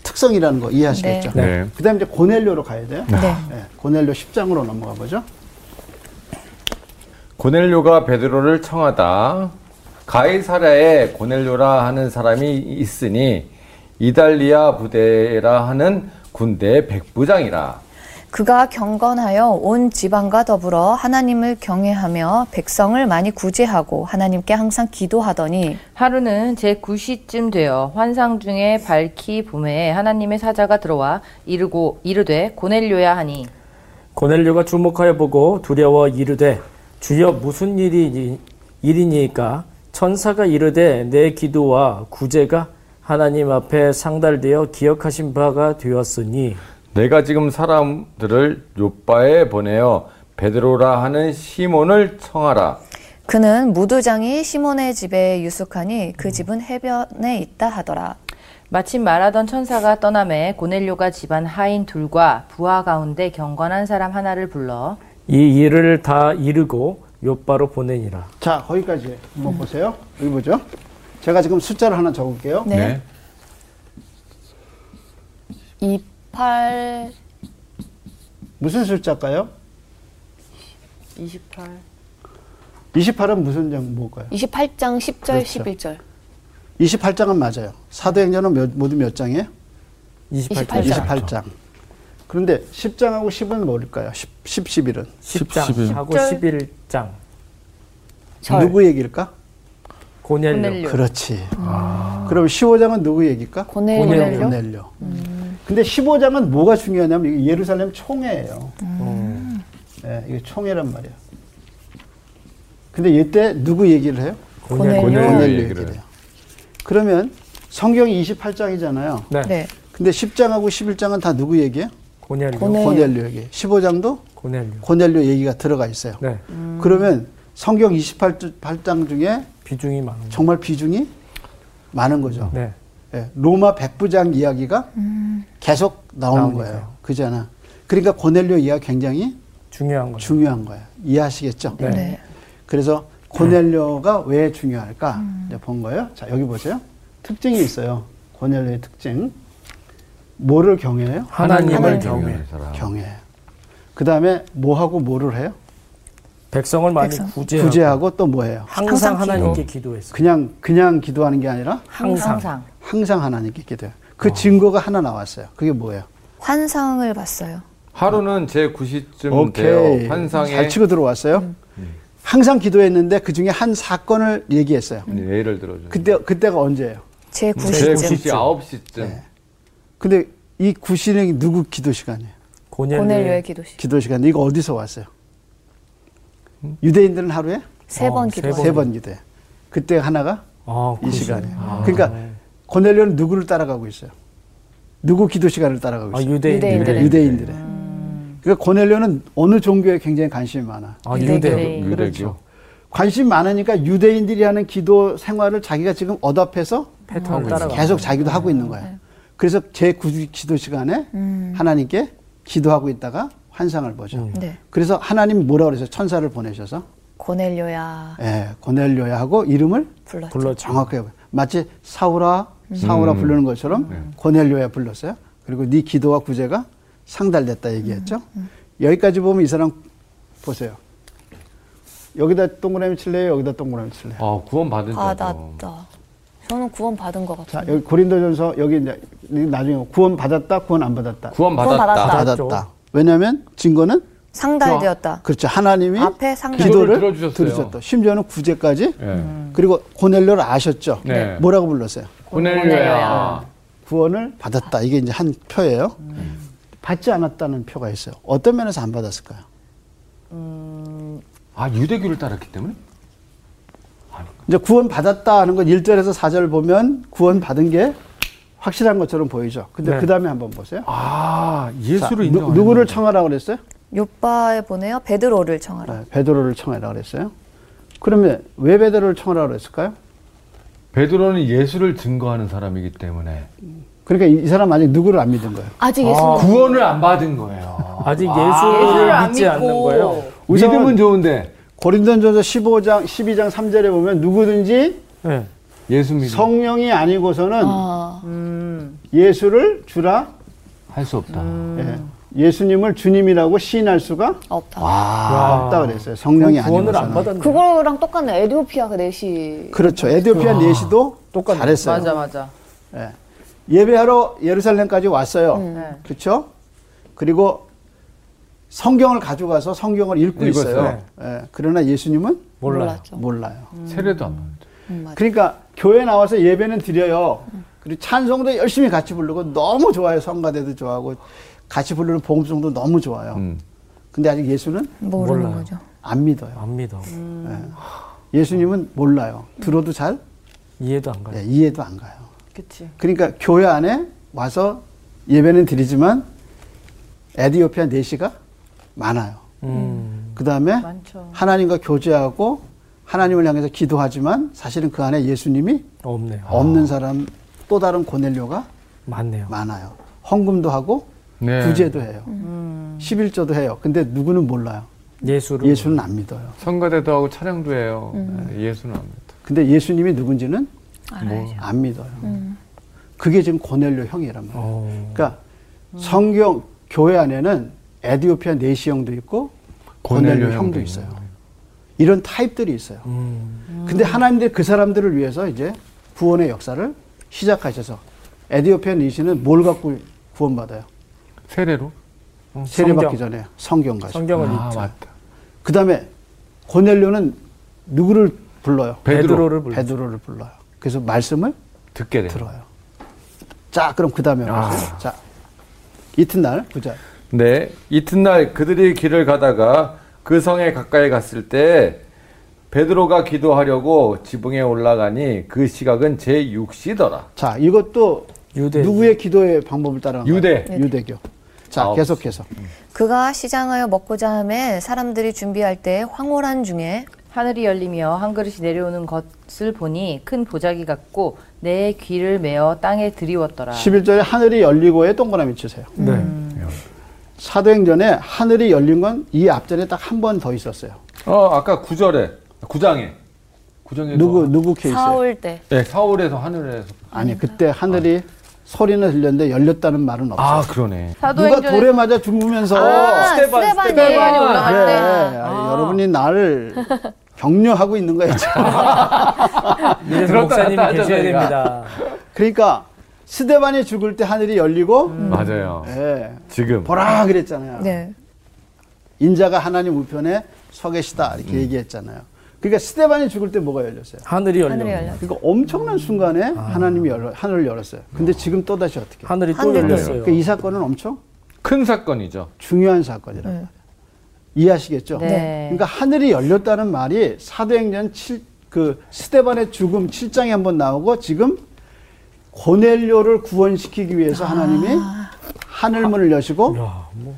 E: 특성이라는 거 이해하시겠죠?
F: 네. 네.
E: 그 다음에 이제 고넬료로 가야 돼요.
C: 네.
E: 예, 고넬료 10장으로 넘어가 보죠.
F: 고넬료가 베드로를 청하다 가이사랴에 고넬료라 하는 사람이 있으니 이달리아 부대라 하는 군대의 백부장이라.
C: 그가 경건하여 온 지방과 더불어 하나님을 경외하며 백성을 많이 구제하고 하나님께 항상 기도하더니
H: 하루는 제 9시쯤 되어 환상 중에 밝히 봄에 하나님의 사자가 들어와 이르고 이르되 고넬료야 하니
B: 고넬료가 주목하여 보고 두려워 이르되 주여 무슨 일이 일이니까 천사가 이르되 내 기도와 구제가 하나님 앞에 상달되어 기억하신 바가 되었으니
F: 내가 지금 사람들을 요바에 보내어 베드로라 하는 시몬을 청하라.
C: 그는 무두장이 시몬의 집에 유숙하니 그 집은 해변에 있다 하더라.
H: 마침 말하던 천사가 떠남에 고넬료가 집안 하인 둘과 부하 가운데 경건한 사람 하나를 불러
B: 이 일을 다 이르고 요바로 보내니라
E: 자, 거기까지 한번 보세요. 여기 보죠. 제가 지금 숫자를 하나 적을게요.
F: 네.
C: 28
E: 무슨 숫자일까요?
A: 28.
E: 28은 무슨 장 뭘까요? 그렇죠.
D: 28장 10절 11절.
E: 28장은 맞아요. 사도행전은 몇- 모두 몇 장이에요?
B: 28장
E: 28장. 그런데 10장하고 10은 뭘까요? 10, 10 11은.
B: 10장 하고 11장
E: 누구 얘기일까?
B: 고넬료
E: 그렇지. 그럼 15장은 누구 얘기일까?
B: 고넬료.
E: 고넬료.
D: 음.
E: 근데 15장은 뭐가 중요하냐면 이게 예루살렘 총회예요.
B: 음.
E: 예, 이게 총회란 말이야. 근데 이때 누구 얘기를 해요?
B: 고넬료.
E: 고넬료
F: 얘기를
E: 얘기를 해요. 그러면 성경이 28장이잖아요.
B: 네.
C: 네.
E: 근데 10장하고 11장은 다 누구 얘기예요?
B: 고넬료
E: 고넬료 얘기. 15장도
B: 고넬료
E: 고넬료 얘기가 들어가 있어요.
B: 네
E: 그러면 성경 28장 중에
B: 비중이 많은
E: 정말 비중이 많은 거죠.
B: 네
E: 예, 로마 백부장 이야기가 계속 나오는 거예요. 그잖아. 그러니까 고넬료 이야기 가 굉장히
B: 중요한 거죠
E: 중요한 거예요. 이해하시겠죠?
B: 네. 네.
E: 그래서 고넬료가 왜 중요할까 이제 본 거예요. 자 여기 보세요. 특징이 있어요. 고넬료의 특징. 뭐를 경외해요?
B: 하나님을 경외
F: 경외하는 네. 사람.
E: 경외. 그 다음에 뭐하고 뭐를 해요?
B: 백성을 많이 구제하고,
E: 구제하고 또 뭐해요?
B: 항상 하나님께 기도했어요
E: 그냥 그냥 기도하는 게 아니라
B: 항상.
E: 항상 하나님께 기도해요.
F: 어.
E: 그 증거가 하나 나왔어요. 그게 뭐예요?
C: 환상을 봤어요.
F: 하루는 제 9시쯤
E: 오케이.
F: 되어 환상에
E: 잘 치고 들어왔어요.
F: 음.
E: 항상 기도했는데 그 중에 한 사건을 얘기했어요.
F: 예를 들어줘.
E: 그때 그때가 언제예요?
F: 제
C: 제 90절
F: 9시 9시쯤.
E: 네. 근데 이 구시는 누구 기도 시간이에요?
B: 고넬료의
C: 고넬료의 기도시
E: 기도 시간. 이거 어디서 왔어요? 유대인들은 하루에
C: 세
B: 어,
C: 번 기도.
B: 세 번.
E: 세 번 기도해. 그때 하나가
B: 아,
E: 이
B: 그러시-
E: 시간이에요. 그러니까 고넬료는 누구를 따라가고 있어요? 누구 기도 시간을 따라가고
B: 아, 음.
E: 있어요?
B: 유대인들.
C: 유대인들의.
E: 유대인들의. 그러니까 고넬료는 어느 종교에 굉장히 관심이 많아.
B: 아, 유대.
F: 유대교.
E: 그렇죠. 관심 많으니까 유대인들이 하는 기도 생활을 자기가 지금 어답해서
B: 패턴을 따라가.
E: 계속 자기도 하고 있는 거예요. 네. 그래서 제 구주 기도 시간에 하나님께 기도하고 있다가 환상을 보죠.
C: 네.
E: 그래서 하나님 뭐라 그래서 천사를 보내셔서
C: 고넬료야
E: 예, 고넬료야 하고 이름을
C: 불렀죠.
B: 불렀죠.
E: 정확하게 불러요. 마치 사우라 사우라
F: 음.
E: 부르는 것처럼
F: 네.
E: 고넬료야 불렀어요. 그리고 네 기도와 구제가 상달됐다
C: 음,
E: 얘기했죠. 여기까지 보면 이 사람 보세요. 여기다 동그라미 칠래요? 여기다 동그라미 칠래요?
F: 아, 구원 받은 자도.
C: 받았다. 저는 구원 받은 것 같아요.
E: 자, 여기 고린도전서 여기 이제 나중에 구원 받았다, 구원 안 받았다.
F: 구원 받았다.
C: 받았다.
E: 받았다. 왜냐하면 증거는
C: 상달되었다.
E: 그렇죠. 하나님이
C: 앞에 상달.
E: 기도를
F: 기도를 들어주셨어요.
E: 들으셨다. 심지어는 구제까지.
F: 예.
E: 그리고 고넬료를 아셨죠.
F: 네.
E: 뭐라고 불렀어요?
F: 고넬료야.
E: 구원을 받았다. 이게 이제 한 표예요. 받지 않았다는 표가 있어요. 어떤 면에서 안 받았을까요?
F: 아, 유대교를 따랐기 때문에?
E: 이제 구원 받았다 하는 건 1절에서 4절 보면 구원 받은 게 확실한 것처럼 보이죠. 근데
B: 네.
E: 그 다음에 한번 보세요.
F: 아,
E: 자,
F: 예수를
E: 누,
F: 인정하는
E: 누구를 청하라고 그랬어요?
C: 요바에 보내어 베드로를 청하라.
E: 네, 베드로를 청하라고 그랬어요. 그러면 왜 베드로를 청하라고 그랬을까요?
F: 베드로는 예수를 증거하는 사람이기 때문에
E: 그러니까 이, 이 사람 아직 누구를 안 믿은 거예요.
C: 아직 예수
F: 구원을 안 받은 [laughs] 거예요.
B: 아직 예수를 믿지 않는 거예요.
E: 우상은-
F: 믿음은 좋은데
E: 고린도전서 15장 12장 3절에 보면 누구든지
B: 네.
F: 예수 믿음
E: 성령이 아니고서는
C: 아,
E: 예수를 주라
F: 할수 없다.
E: 예, 예수님을 주님이라고 시인할 수가
C: 없다.
E: 아, 없다 그랬어요. 성령이
B: 구원을 안
E: 아니고서는.
B: 받았네.
D: 그거랑 똑같네. 에디오피아 그 내시.
E: 그렇죠. 에디오피아 내시도 잘했어요.
A: 맞아 맞아.
E: 예. 예배하러 예루살렘까지 왔어요.
A: 네.
E: 그렇죠? 그리고 성경을 가져가서 성경을 읽고
F: 읽었어요.
E: 있어요. 예, 그러나 예수님은
B: 몰라요.
E: 몰라요.
F: 세례도 안 받는데.
E: 그러니까 교회 나와서 예배는 드려요. 그리고 찬송도 열심히 같이 부르고 너무 좋아요. 성가대도 좋아하고 같이 부르는 복음송도 너무 좋아요.
F: 음.
E: 근데 아직 예수는
C: 모르는
B: 몰라요.
C: 거죠.
E: 안 믿어요.
B: 안 믿어.
E: 예수님은 몰라요. 들어도 잘
B: 이해도 안 가요.
E: 예, 이해도 안 가요.
A: 그치.
E: 그러니까 교회 안에 와서 예배는 드리지만 에디오피아 내시가 많아요.
B: 음.
E: 그 다음에
A: 많죠.
E: 하나님과 교제하고 하나님을 향해서 기도하지만 사실은 그 안에 예수님이
B: 없네요.
E: 아, 없는 사람 또 다른 고넬료가
B: 맞네요.
E: 많아요. 헌금도 하고
F: 네.
E: 구제도 해요.
A: 음.
E: 11조도 해요. 근데 누구는 몰라요.
B: 예수를
E: 예수는 안 믿어요.
F: 성가대도 하고 차량도 해요. 네, 예수는 안 믿어.
E: 근데 예수님이 누군지는
F: 뭐.
E: 안 믿어요. 그게 지금 고넬료 형이란 말이에요.
B: 어.
E: 그러니까 성경 교회 안에는 에디오피아 내시형도 있고 고넬료 형도 있어요. 이런 타입들이 있어요.
B: 음.
E: 근데 하나님들 그 사람들을 위해서 이제 구원의 역사를 시작하셔서 에디오피아 내시는 뭘 갖고 구원받아요?
F: 세례로?
B: 성경.
E: 세례받기 전에 음, 성경 가지고.
B: 성경을
F: 아,
B: 읽자.
F: 맞다.
E: 그다음에 고넬료는 누구를 불러요?
F: 베드로.
B: 베드로를 불러.
E: 베드로를 불러요. 그래서 말씀을
F: 듣게 돼.
E: 들어요. 자, 그럼 그다음에
F: 아.
E: 가세요. 자. 이튿날 보자.
F: 네, 이튿날 그들이 길을 가다가 그 성에 가까이 갔을 때 베드로가 기도하려고 지붕에 올라가니 그 시각은 제 6시더라.
E: 자, 이것도
B: 유대.
E: 누구의 기도의 방법을 따라간
F: 유대.
E: 거예요? 유대교. 자,
F: 아홉.
E: 계속해서.
C: 그가 시장하여 먹고자 함에 사람들이 준비할 때 황홀한 중에
H: 하늘이 열리며 한 그릇이 내려오는 것을 보니 큰 보자기 같고 내 귀를 메어 땅에 들이웠더라.
A: 아.
E: 11절에 하늘이 열리고에 동그라미 치세요.
B: 네.
E: 사도행전에 하늘이 열린 건 이 앞전에 딱 한 번 더 있었어요.
F: 어, 아까 9절에, 9장에. 9장에서.
E: 누구 누구 케이스예요?
C: 사올 때
F: 네, 사울에서 하늘에서.
E: 아니, 그때 하늘이 소리는 들렸는데 열렸다는 말은 없어요.
F: 아, 그러네.
E: 누가
H: 사도행전에
E: 돌에 맞아 죽으면서
F: 스테반, 스테반.
H: 스테반이
E: 예,
H: 올라갈 때
E: 아니, 여러분이 나를 격려하고 있는 거예요. 지금.
B: 이래서
F: 들었다
B: 목사님이
F: 놨다 하죠,
B: 계셔야
F: 내가.
B: 됩니다.
E: 그러니까 스데반이 죽을 때 하늘이 열리고
F: 음. 맞아요.
E: 예,
F: 지금.
E: 보라 그랬잖아요.
C: 네.
E: 인자가 하나님 우편에 서 계시다
B: 음.
E: 이렇게 얘기했잖아요. 그러니까 스데반이 죽을 때 뭐가 열렸어요?
B: 하늘이 열려.
C: 하늘이 열려.
E: 그러니까 엄청난 순간에 하나님이 열어, 하늘을 열었어요. 근데 지금 또 다시 어떻게?
B: 아. 하늘이 또
C: 하늘이
B: 열렸어요.
E: 그러니까 이 사건은 엄청
F: 큰 사건이죠.
E: 중요한 사건이라고 요 이해하시겠죠?
H: 네.
E: 그러니까 하늘이 열렸다는 말이 사도행전 7, 그 스테반의 죽음 7장에 한번 나오고 지금 고넬료를 구원시키기 위해서 하나님이 하늘문을 여시고
B: 야, 뭐.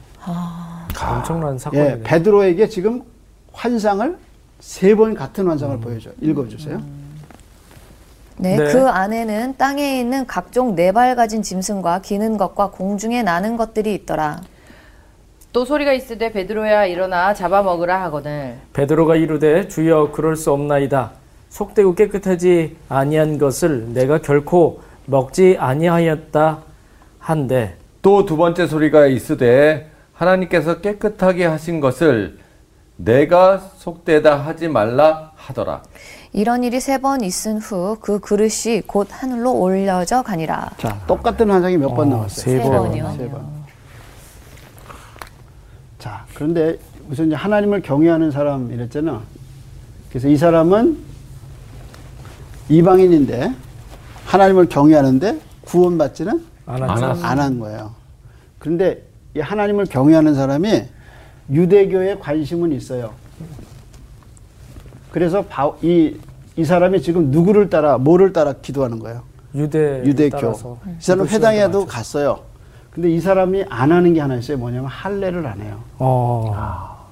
B: 엄청난 사건이네.
E: 예,
B: 요
E: 베드로에게 지금 환상을 세 번 같은 환상을
B: 음.
E: 보여줘요. 읽어주세요.
C: 네,
B: 네.
C: 그 안에는 땅에 있는 각종 네 발 가진 짐승과 기는 것과 공중에 나는 것들이 있더라.
H: 또 소리가 있으되 베드로야 일어나 잡아먹으라 하거늘
B: 베드로가 이르되 주여 그럴 수 없나이다 속되고 깨끗하지 아니한 것을 내가 결코 먹지 아니하였다 한데
F: 또 두 번째 소리가 있으되 하나님께서 깨끗하게 하신 것을 내가 속되다 하지 말라 하더라.
C: 이런 일이 세 번 있은 후 그 그릇이 곧 하늘로 올려져 가니라.
E: 자, 똑같은 환상이 몇 번
B: 어,
E: 나왔어요?
B: 세 번.
E: 세 번. 자, 그런데 우선 이제 하나님을 경외하는 사람 이랬잖아. 그래서 이 사람은 이방인인데 하나님을 경외하는데 구원받지는
B: 안하죠
F: 안
E: 안 한 거예요. 그런데 이 하나님을 경외하는 사람이 유대교에 관심은 있어요. 그래서 바- 이, 이 사람이 지금 누구를 따라, 뭐를 따라 기도하는 거예요?
B: 유대
E: 유대교.
B: 네, 따라서
E: 이 사람 회당에도 갔어요. 근데 이 사람이 안 하는 게 하나 있어요. 뭐냐면 할례를 안 해요.
B: 어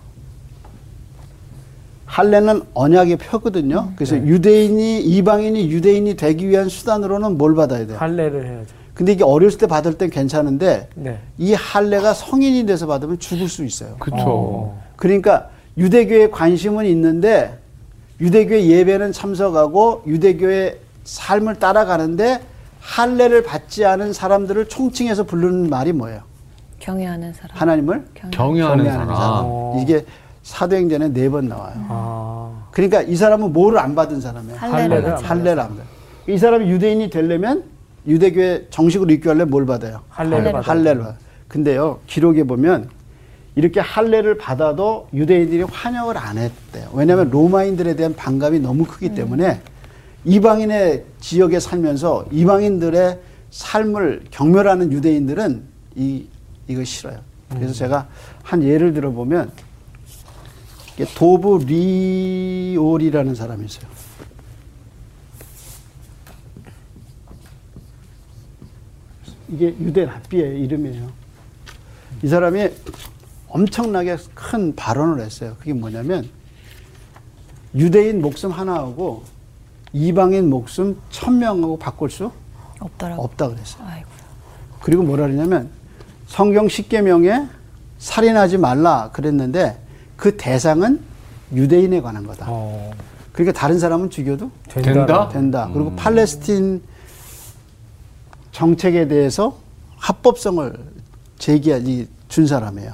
E: 할례는 언약의
B: 음,
E: 표거든요. 그래서
B: 네.
E: 유대인이 이방인이 유대인이 되기 위한 수단으로는 뭘 받아야 돼요?
B: 할례를 해야죠
E: 근데 이게 어렸을 때 받을 땐 괜찮은데
B: 네
E: 이 할례가 성인이 돼서 받으면 죽을 수 있어요.
F: 그쵸.
E: 그러니까 유대교에 관심은 있는데 유대교의 예배는 참석하고 유대교의 삶을 따라가는데 할례를 받지 않은 사람들을 총칭해서 부르는 말이 뭐예요?
D: 경외하는
C: 아,
D: 사람.
E: 하나님을
F: 경외하는
E: 경외하는
F: 사람. 아,
E: 사람. 이게 사도행전에 네 번 나와요.
B: 아,
E: 그러니까 이 사람은 뭐를 안 받은 사람이에요?
B: 할례를
E: 할례를 안 받아요. 이 사람이 유대인이 되려면 유대교에 정식으로 입교할래 뭘 받아요?
B: 할례를 받아요.
E: 할례를 받아요. 근데요 기록에 보면 이렇게 할례를 받아도 유대인들이 환영을 안 했대요. 왜냐하면 로마인들에 대한 반감이 너무 크기
B: 음.
E: 때문에 이방인의 지역에 살면서 이방인들의 삶을 경멸하는 유대인들은 이 이거 싫어요.
B: 음.
E: 그래서 제가 한 예를 들어 보면 이게 도브 리올이라는 사람이 있어요. 이게 유대 랍비의 이름이에요. 이 사람이 엄청나게 큰 발언을 했어요. 그게 뭐냐면 유대인 목숨 하나하고 이방인 목숨 천 명하고 바꿀 수
C: 없더라고.
E: 없다 그랬어요.
C: 아이고.
E: 그리고 뭐라 그러냐면 성경 십계명에 살인하지 말라 그랬는데 그 대상은 유대인에 관한 거다.
B: 어,
E: 그러니까 다른 사람은 죽여도
F: 된다? 음.
E: 된다. 그리고 팔레스틴 정책에 대해서 합법성을 제기한 이 준 사람이에요.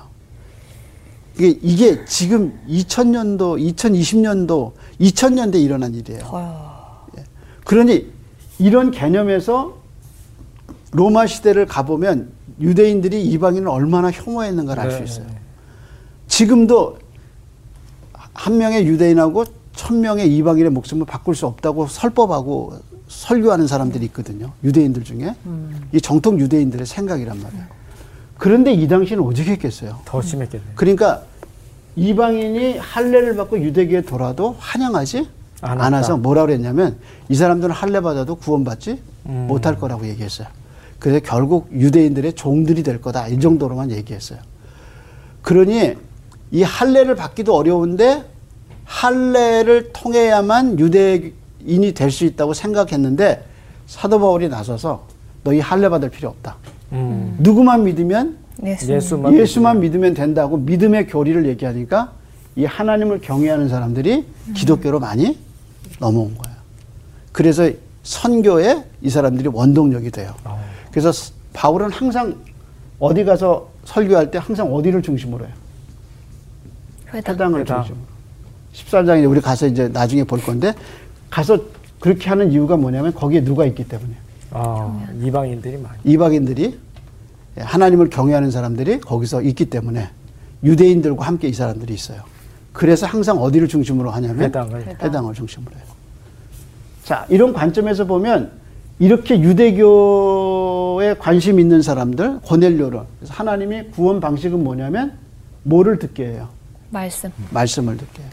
E: 이게, 이게 지금 2000년도, 2020년도, 2000년대 일어난 일이에요. 예. 그러니 이런 개념에서 로마 시대를 가보면 유대인들이 이방인을 얼마나 혐오했는가를 알 수 있어요. 지금도 한 명의 유대인하고 천 명의 이방인의 목숨을 바꿀 수 없다고 설법하고 설교하는 사람들이 있거든요. 유대인들 중에. 이 정통 유대인들의 생각이란 말이에요. 그런데 이 당시는 어떻게 했겠어요?
B: 더 심했겠네요.
E: 그러니까 이방인이 할례를 받고 유대교에 돌아도 환영하지
B: 않았다.
E: 않아서 뭐라 그랬냐면 이 사람들은 할례 받아도 구원받지
B: 음.
E: 못할 거라고 얘기했어요. 그래서 결국 유대인들의 종들이 될 거다 이 정도로만 얘기했어요. 그러니 이 할례를 받기도 어려운데 할례를 통해야만 유대인이 될 수 있다고 생각했는데 사도 바울이 나서서 너희 할례 받을 필요 없다.
B: 음.
E: 누구만 믿으면
C: 예수.
B: 예수만
E: 예수만 믿으면 된다고 믿음의 교리를 얘기하니까 이 하나님을 경외하는 사람들이 기독교로 많이 넘어온 거예요. 그래서 선교에 이 사람들이 원동력이 돼요. 그래서 스- 바울은 항상 어디 가서 설교할 때 항상 어디를 중심으로 해요?
C: 회당.
E: 회당을
B: 회당.
E: 중심으로. 14장에 우리 가서 이제 나중에 볼 건데 가서 그렇게 하는 이유가 뭐냐면 거기에 누가 있기 때문에
B: 아, 이방인들이 많이.
E: 이방인들이 예, 하나님을 경외하는 사람들이 거기서 있기 때문에 유대인들과 함께 이 사람들이 있어요. 그래서 항상 어디를 중심으로 하냐면
B: 회당을.
E: 을 중심으로 해요. 자, 이런 관점에서 보면 이렇게 유대교에 관심 있는 사람들 고넬료를 그래서 하나님이 구원 방식은 뭐냐면 뭐를 듣게 해요.
C: 말씀.
E: 말씀을 듣게 해요.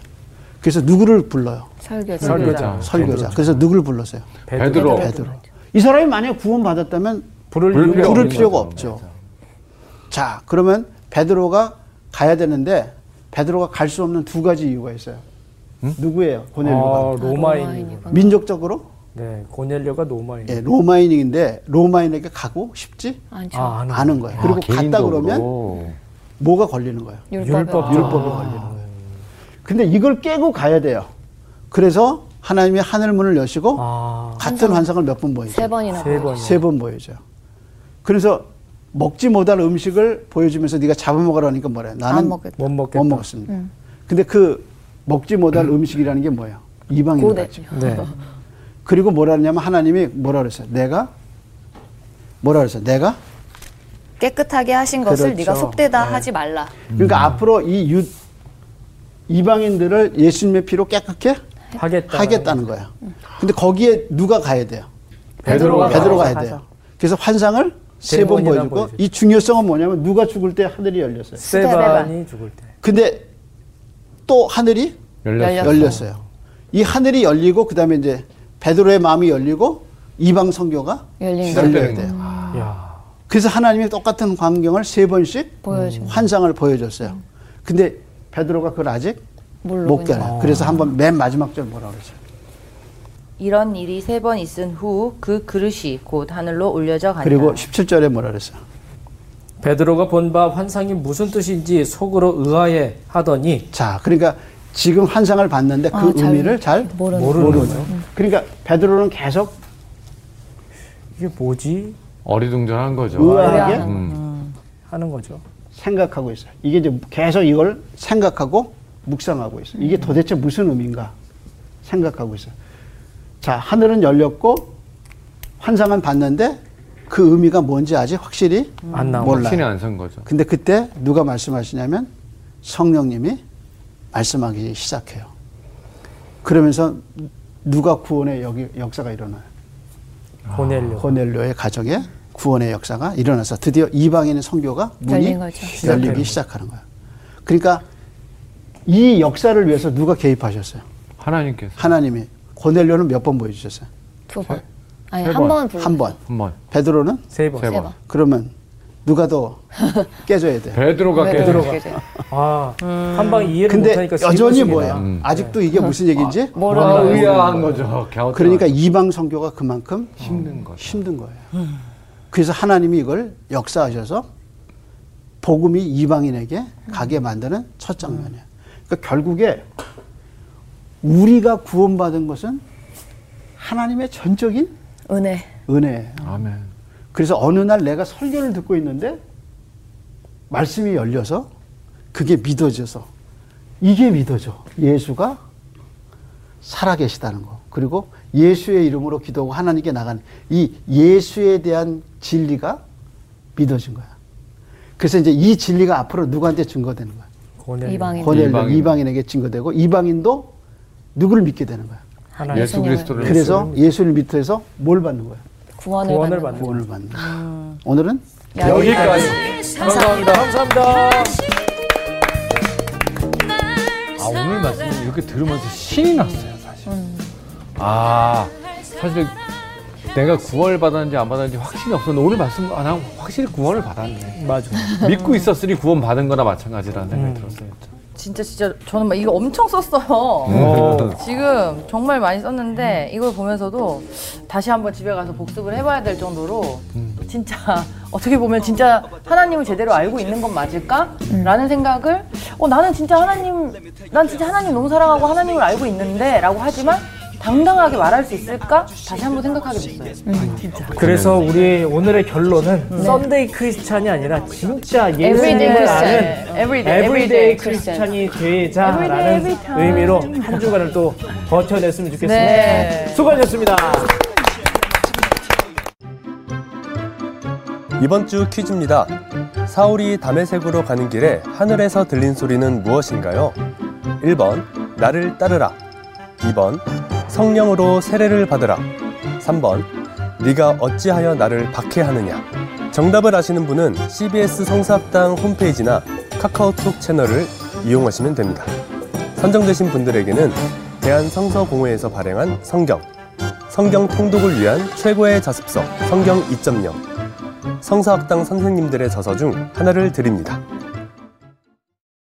E: 그래서 누구를 불러요?
C: 설교자.
B: 아,
F: 설교자.
E: 설교자. 그래서 누구를 불렀어요?
F: 베드로.
E: 베드로. 이 사람이 만약에 구원 받았다면
B: 부를
F: 부를
B: 이유가
F: 필요
E: 부를
F: 없는
E: 필요가
F: 거죠. 아,
E: 없죠. 자, 그러면 베드로가 가야 되는데 베드로가 갈 수 없는 두 가지 이유가 있어요. 누구예요?
B: 아,
E: 고넬료가.
B: 로마인.
C: 로마인이구나.
E: 민족적으로
B: 네, 고넬료가 로마인.
E: 예, 로마인인데 로마인에게 가고 싶지
C: 안죠.
B: 아, 아는
E: 않은 거예요. 그리고 갔다 그러면 뭐가 걸리는 거예요?
B: 율법.
E: 율법이 걸리는 거예요. 근데 이걸 깨고 가야 돼요. 그래서 하나님이 하늘 문을 여시고
B: 아,
E: 같은 환상을 몇 번 보이죠.
C: 세 번이나.
B: 세 번.
E: 세 번 보여줘. 그래서 먹지 못할 음식을 보여주면서 네가 잡아먹으라니까 뭐래? 나는
C: 안 먹겠다.
B: 못 먹겠다.
E: 못 먹었습니다. 근데 그 먹지 못할 음식이라는 게 뭐예요? 이방인
C: 고대.
E: 같죠.
B: 네.
E: 그리고 뭐라 그러냐면 하나님이 뭐라 그랬어요? 내가 뭐라 그랬어요? 내가
C: 깨끗하게 하신 것을
E: 그렇죠.
C: 네가 속되다 하지 말라.
B: 음.
E: 그러니까 앞으로 이 유, 이방인들을 예수님의 피로 깨끗게
B: 하겠다.
E: 하겠다는 거예요. 근데 거기에 누가 가야 돼요?
B: 베드로가
E: 베드로가 가야
B: 가서.
E: 돼요. 그래서 환상을 세 번
B: 번이나
E: 보여주고
B: 보여주죠.
E: 이 중요성은 뭐냐면 누가 죽을 때 하늘이 열렸어요.
B: 세반이 죽을 때.
E: 근데 또 하늘이
F: 열렸어요.
E: 열렸어요. 이 하늘이 열리고 그다음에 이제 베드로의 마음이 열리고 이방 선교가
C: 열린
F: 시작되는
E: 열려야
F: 거예요.
E: 돼요.
B: 야.
E: 그래서 하나님이 똑같은 광경을 세 번씩
C: 보여주고.
E: 환상을 보여줬어요. 근데 베드로가 그걸 아직 못
C: 모르군요.
E: 깨요. 그래서 한번 맨 마지막 절 뭐라 그러죠?
H: 이런 일이 세 번 있은 후 그 그릇이 곧 하늘로 올려져 간다.
E: 그리고 17절에 뭐라 그랬어요?
B: 베드로가 본 바 환상이 무슨 뜻인지 속으로 의아해 하더니
E: 자, 그러니까 지금 환상을 봤는데 그
C: 아, 잘
E: 의미를 잘
C: 모르는
E: 모르는 거예요. 그러니까 베드로는 계속
B: 이게 뭐지?
F: 어리둥절한 거죠.
E: 의아하게
F: 음.
B: 하는 거죠.
E: 생각하고 있어요. 이게 이제 계속 이걸 생각하고 묵상하고 있어요.
C: 음.
E: 이게 도대체 무슨 의미인가 생각하고 있어요. 자, 하늘은 열렸고 환상은 봤는데 그 의미가 뭔지 아직 확실히
C: 음.
B: 안 나오고.
E: 몰라요.
F: 신이 안선 거죠.
E: 근데 그때 누가 말씀하시냐면 성령님이 말씀하기 시작해요. 그러면서 누가 구원의 여기 역사가 일어나요.
B: 보내려고.
E: 아, 고넬료의 가정에 구원의 역사가 일어나서 드디어 이방인의 선교가 문이
C: 열린 거죠.
E: 열리기 시작하는 거예요. 그러니까 이 역사를 위해서 누가 개입하셨어요?
F: 하나님께서
E: 하나님이 고넬료는 몇 번 보여주셨어요?
C: 두 번. 아니
F: 세
C: 한
F: 번.
C: 번 불러.
E: 한 번.
F: 한번
E: 베드로는
B: 세 번.
F: 세 번.
C: 번.
E: 그러면 누가
C: [laughs]
E: 더 깨져야 돼?
F: 베드로가 깨
B: 들어가. 아,
C: 음.
B: 한 방 이해를
E: 근데
B: 못하니까 세
E: 여전히
B: 번씩이나.
E: 뭐예요? 아직도 이게 무슨 얘기인지
F: 네. 아, 의아한 거죠. 갸우뚱한
E: 그러니까 이방 선교가 그만큼 어,
F: 힘든 거죠. 음.
E: 힘든 거예요. 그래서 하나님이 이걸 역사하셔서 복음이 이방인에게 가게 만드는 첫 장면이에요. 그러니까 결국에 우리가 구원받은 것은 하나님의 전적인
C: 은혜.
E: 은혜예요.
F: 아멘.
E: 그래서 어느 날 내가 설교를 듣고 있는데 말씀이 열려서 그게 믿어져서 이게 믿어져. 예수가 살아계시다는 거. 그리고 예수의 이름으로 기도하고 하나님께 나가는 이 예수에 대한 진리가 믿어진 거야. 그래서 이제 이 진리가 앞으로 누구한테 증거되는 거야.
B: 고넬료.
C: 이방인.
E: 고넬료
F: 이방인.
E: 이방인에게 증거되고 이방인도 누구를 믿게 되는 거야.
B: 하나님.
F: 예수 그리스도를
E: 그래서 예수를 믿어서 뭘 받는 거야.
C: 구원을,
B: 구원을 받는
C: 받는
E: 구원을 받는 거야. 오늘은
F: 여기까지.
B: 감사합니다. 감사합니다.
F: 아 오늘 말씀 이렇게 들으면서 신이 났어요 사실. 아 사실 내가 구원을 받았는지 안 받았는지 확신이 없었는데 오늘 말씀 아나 확실히 구원을 받았네.
B: 맞아.
F: 믿고 있었으니 구원 받은 거나 마찬가지라는 생각이 들었어요.
H: 진짜 진짜 저는 막 이거 엄청 썼어요.
F: 오.
H: 지금 정말 많이 썼는데 이걸 보면서도 다시 한번 집에 가서 복습을 해봐야 될 정도로 진짜 [laughs] 어떻게 보면 진짜 하나님을 제대로 알고 있는 건 맞을까라는 생각을 어 나는 진짜 하나님 난 진짜 하나님 너무 사랑하고 하나님을 알고 있는데라고 하지만 당당하게 말할 수 있을까 다시 한번 생각하게 됐어요.
B: 그래서
E: 네.
B: 우리 오늘의
C: 네.
B: 결론은 썬데이 크리스찬이 아니라 진짜
H: Everyday
B: 예수님을
H: Christian.
B: 아는
H: Everyday,
B: 에브리데이
H: everyday
B: 크리스찬이 되자라는
H: Everyday, every time.
B: 의미로 한 주간을 또 버텨냈으면 좋겠습니다.
H: 네.
B: 수고하셨습니다.
I: 이번 주 퀴즈입니다. 사울이 담에색으로 가는 길에 하늘에서 들린 소리는 무엇인가요? 1번, 나를 따르라. 2번, 성령으로 세례를 받으라. 3번, 네가 어찌하여 나를 박해하느냐. 정답을 아시는 분은 CBS 성사학당 홈페이지나 카카오톡 채널을 이용하시면 됩니다. 선정되신 분들에게는 대한성서공회에서 발행한 성경, 성경 통독을 위한 최고의 자습서 성경 2.0, 성사학당 선생님들의 저서 중 하나를 드립니다.